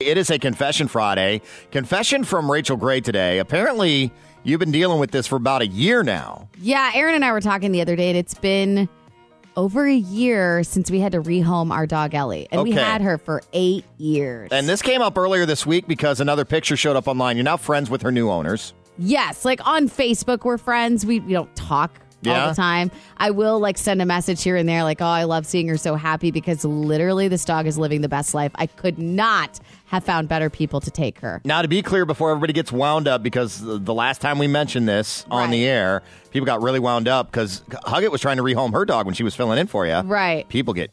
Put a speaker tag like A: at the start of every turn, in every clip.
A: It is a confession Friday. Confession from Rachel Gray today. Apparently, you've been dealing with this for about a year now.
B: Yeah, Aaron and I were talking the other day, and it's been over a year since we had to rehome our dog Ellie, and we
A: Okay.
B: had her for eight years.
A: And this came up earlier this week because another picture showed up online. You're now friends with her new owners.
B: yes, like on Facebook, we're friends. We we don't talk all
A: Yeah.
B: the time. I will like send a message here and there, like, "Oh, I love seeing her so happy," because literally, this dog is living the best life. I could not have found better people to take her.
A: Now, to be clear, before everybody gets wound up, because the the last time we mentioned this on
B: Right.
A: the air, people got really wound up because Huggett was trying to rehome her dog when she was filling in for you.
B: Right.
A: People get.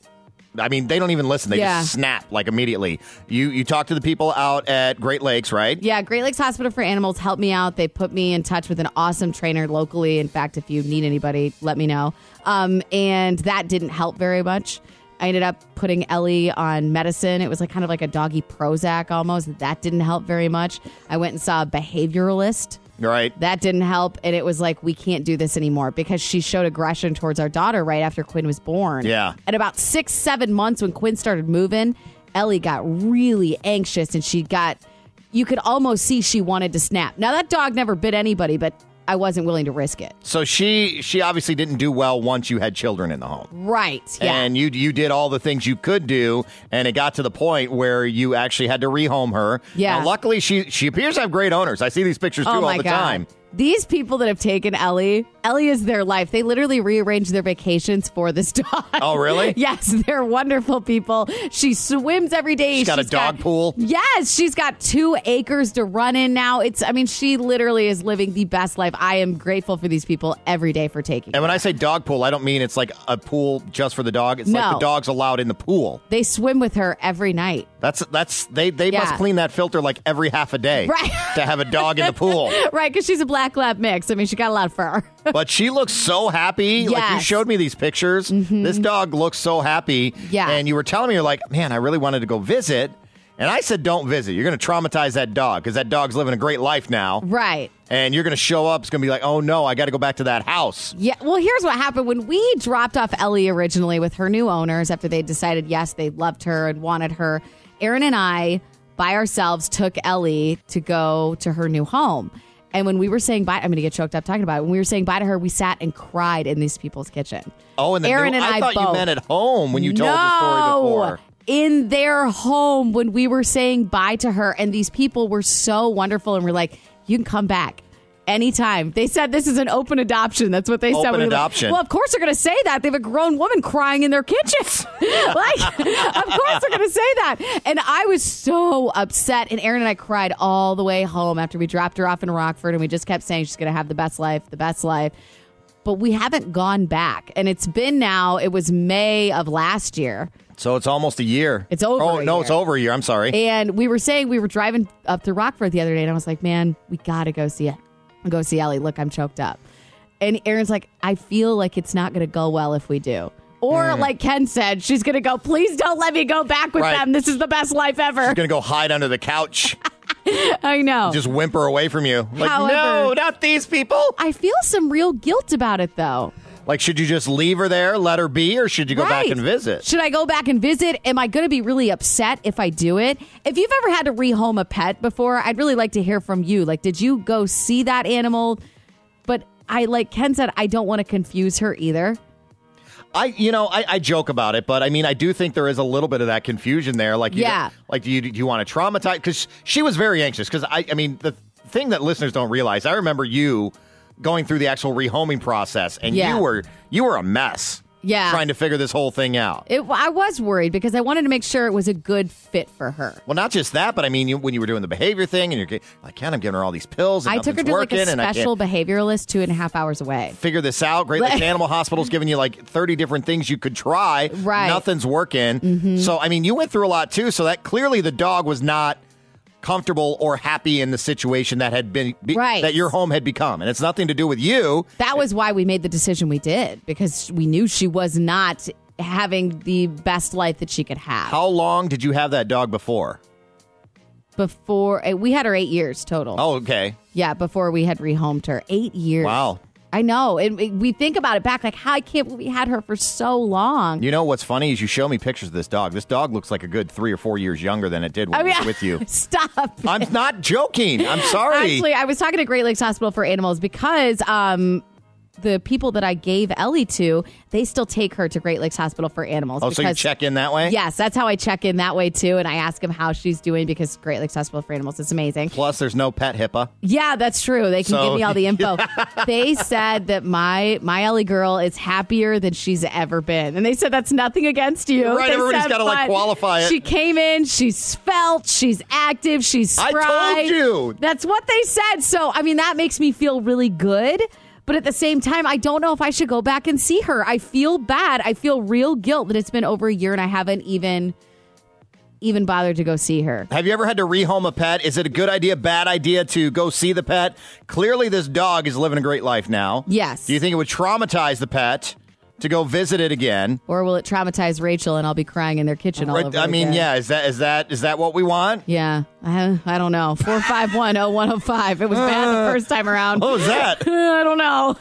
A: I mean, they don't even listen. They
B: Yeah.
A: just snap like immediately. You you talk to the people out at Great Lakes, right?
B: Yeah, Great Lakes Hospital for Animals helped me out. They put me in touch with an awesome trainer locally. In fact, if you need anybody, let me know. Um, and that didn't help very much. I ended up putting Ellie on medicine. It was like kind of like a doggy Prozac almost. That didn't help very much. I went and saw a behavioralist.
A: Right.
B: That didn't help. And it was like, we can't do this anymore because she showed aggression towards our daughter right after Quinn was born.
A: Yeah.
B: And about six, seven months when Quinn started moving, Ellie got really anxious and she got, you could almost see she wanted to snap. Now, that dog never bit anybody, but I wasn't willing to risk it.
A: So she she obviously didn't do well once you had children in the home.
B: Right. Yeah.
A: And you you did all the things you could do, and it got to the point where you actually had to rehome her.
B: Yeah.
A: Now, luckily, she she appears to have great owners. I see these pictures too
B: oh,
A: all
B: my
A: the
B: God.
A: time.
B: These people that have taken Ellie, Ellie is their life. They literally rearrange their vacations for this dog.
A: Oh, really?
B: yes, they're wonderful people. She swims every day.
A: She's got a dog pool.
B: Yes, she's got two acres to run in now. It's, I mean, she literally is living the best life. I am grateful for these people every day for taking.
A: And when I say dog pool, I don't mean it's like a pool just for the dog. It's like
B: No.
A: the dog's allowed in the pool.
B: They swim with her every night.
A: That's that's they they must
B: Yeah.
A: clean that filter like every half a day
B: Right.
A: to have a dog in the pool.
B: Right, because she's a black lab mix. I mean, she got a lot of fur.
A: But she looks so happy. Like you
B: Yes. Mm-hmm.
A: showed me these pictures. This dog looks so happy.
B: Yeah.
A: And you were telling me you're like, man, I really wanted to go visit. And I said, don't visit. You're going to traumatize that dog because that dog's living a great life now.
B: right.
A: And you're going to show up. It's going to be like, oh no, I got to go back to that house.
B: Yeah. Well, here's what happened when we dropped off Ellie originally with her new owners after they decided, yes, they loved her and wanted her. Aaron and I, by ourselves, took Ellie to go to her new home. And when we were saying bye, I'm going to get choked up talking about it. When we were saying bye to her, we sat and cried in these people's kitchen.
A: Oh, and the
B: Aaron
A: new,
B: and
A: I,
B: I
A: thought you
B: both.
A: meant at home when you told the story before.
B: In their home when we were saying bye to her, and these people were so wonderful, and we're like, you can come back anytime. They said this is an open adoption. That's what they said.
A: Open
B: We were like,
A: adoption.
B: well, of course they're going to say that. They have a grown woman crying in their kitchen. like, of course they're going to say that. And I was so upset. And Aaron and I cried all the way home after we dropped her off in Rockford, and we just kept saying she's going to have the best life, the best life but we haven't gone back. And it's been now, it was May of last year.
A: So it's almost a year.
B: It's over
A: Oh,
B: a
A: no,
B: year.
A: it's over a year. I'm sorry.
B: And we were saying, we were driving up to Rockford the other day, and I was like, man, we got to go see it. Go see Ellie. Look, I'm choked up. And Aaron's like, I feel like it's not going to go well if we do. Or like Ken said, she's going to go, please don't let me go back
A: Mm.
B: with
A: Right.
B: them. This is the best life ever.
A: She's going to go hide under the couch,
B: I know.
A: just whimper away from you. Like,
B: However-
A: no, not these people.
B: I feel some real guilt about it, though.
A: Like, should you just leave her there, let her be, or should you go back
B: Right.
A: and visit?
B: Should I go back and visit? Am I going to be really upset if I do it? If you've ever had to rehome a pet before, I'd really like to hear from you. Like, did you go see that animal? But I, like Ken said, I don't want to confuse her either.
A: I, you know, I, I joke about it, but I mean, I do think there is a little bit of that confusion there. Like, you
B: Yeah.
A: like do you do you want to traumatize? Because she was very anxious. Because I, I mean, the thing that listeners don't realize, I remember you going through the actual rehoming process, and
B: Yeah.
A: you were you were a mess.
B: Yeah.
A: trying to figure this whole thing out.
B: It, I was worried because I wanted to make sure it was a good fit for her.
A: Well, not just that, but I mean, you, when you were doing the behavior thing, and you're ge- like, "Ken, I'm giving her all these pills." And
B: I took her
A: nothing's
B: to like
A: working,
B: a
A: and I can't-
B: special behavioralist two and a half hours away.
A: figure this out. Great Lakes
B: Right.
A: Animal Hospital's giving you like 30 different things you could try.
B: Right. Mm-hmm.
A: Nothing's working. So, I mean, you went through a lot too. So, that clearly the dog was not comfortable or happy in the situation that had been be,
B: Right.
A: that your home had become and it's nothing to do with you
B: That was why we made the decision we did because we knew she was not having the best life that she could have.
A: how long did you have that dog before
B: before eh, we had her eight years total.
A: oh okay
B: Yeah, before we had rehomed her. Eight years.
A: wow
B: I know. And we- we think about it back like, how I can't believe we had her for so long.
A: You know what's funny is you show me pictures of this dog. This dog looks like a good three or four years younger than it did when
B: I
A: it
B: mean,
A: was with you.
B: Stop.
A: I'm not joking. I'm sorry.
B: Actually, I was talking to Great Lakes Hospital for Animals because um, the people that I gave Ellie to, they still take her to Great Lakes Hospital for Animals.
A: oh, so you
B: because-
A: check in that way?
B: Yes, that's how I check in that way too, and I ask him how she's doing because Great Lakes Hospital for Animals is amazing.
A: Plus, there's no pet HIPAA.
B: Yeah, that's true. They can
A: So-
B: give me all the info. they said that my my Ellie girl is happier than she's ever been, and they said that's nothing against you.
A: Right,
B: They
A: everybody's
B: said,
A: gotta, like,
B: but
A: qualify it.
B: She came in, she's felt, she's active, she's.
A: I told
B: Spry.
A: you.
B: That's what they said. So I mean, that makes me feel really good. But at the same time, I don't know if I should go back and see her. I feel bad. I feel real guilt that it's been over a year and I haven't even even bothered to go see her.
A: Have you ever had to rehome a pet? Is it a good idea, bad idea to go see the pet? Clearly, this dog is living a great life now.
B: Yes.
A: Do you think it would traumatize the pet to go visit it again?
B: Or will it traumatize Rachel and I'll be crying in their kitchen all
A: Right,
B: over
A: I mean,
B: again?
A: yeah. Is that is that is that what we want?
B: Yeah, I, I oh don't know. 451 0105. It was bad the first time around.
A: What was Oh, that?
B: I don't know.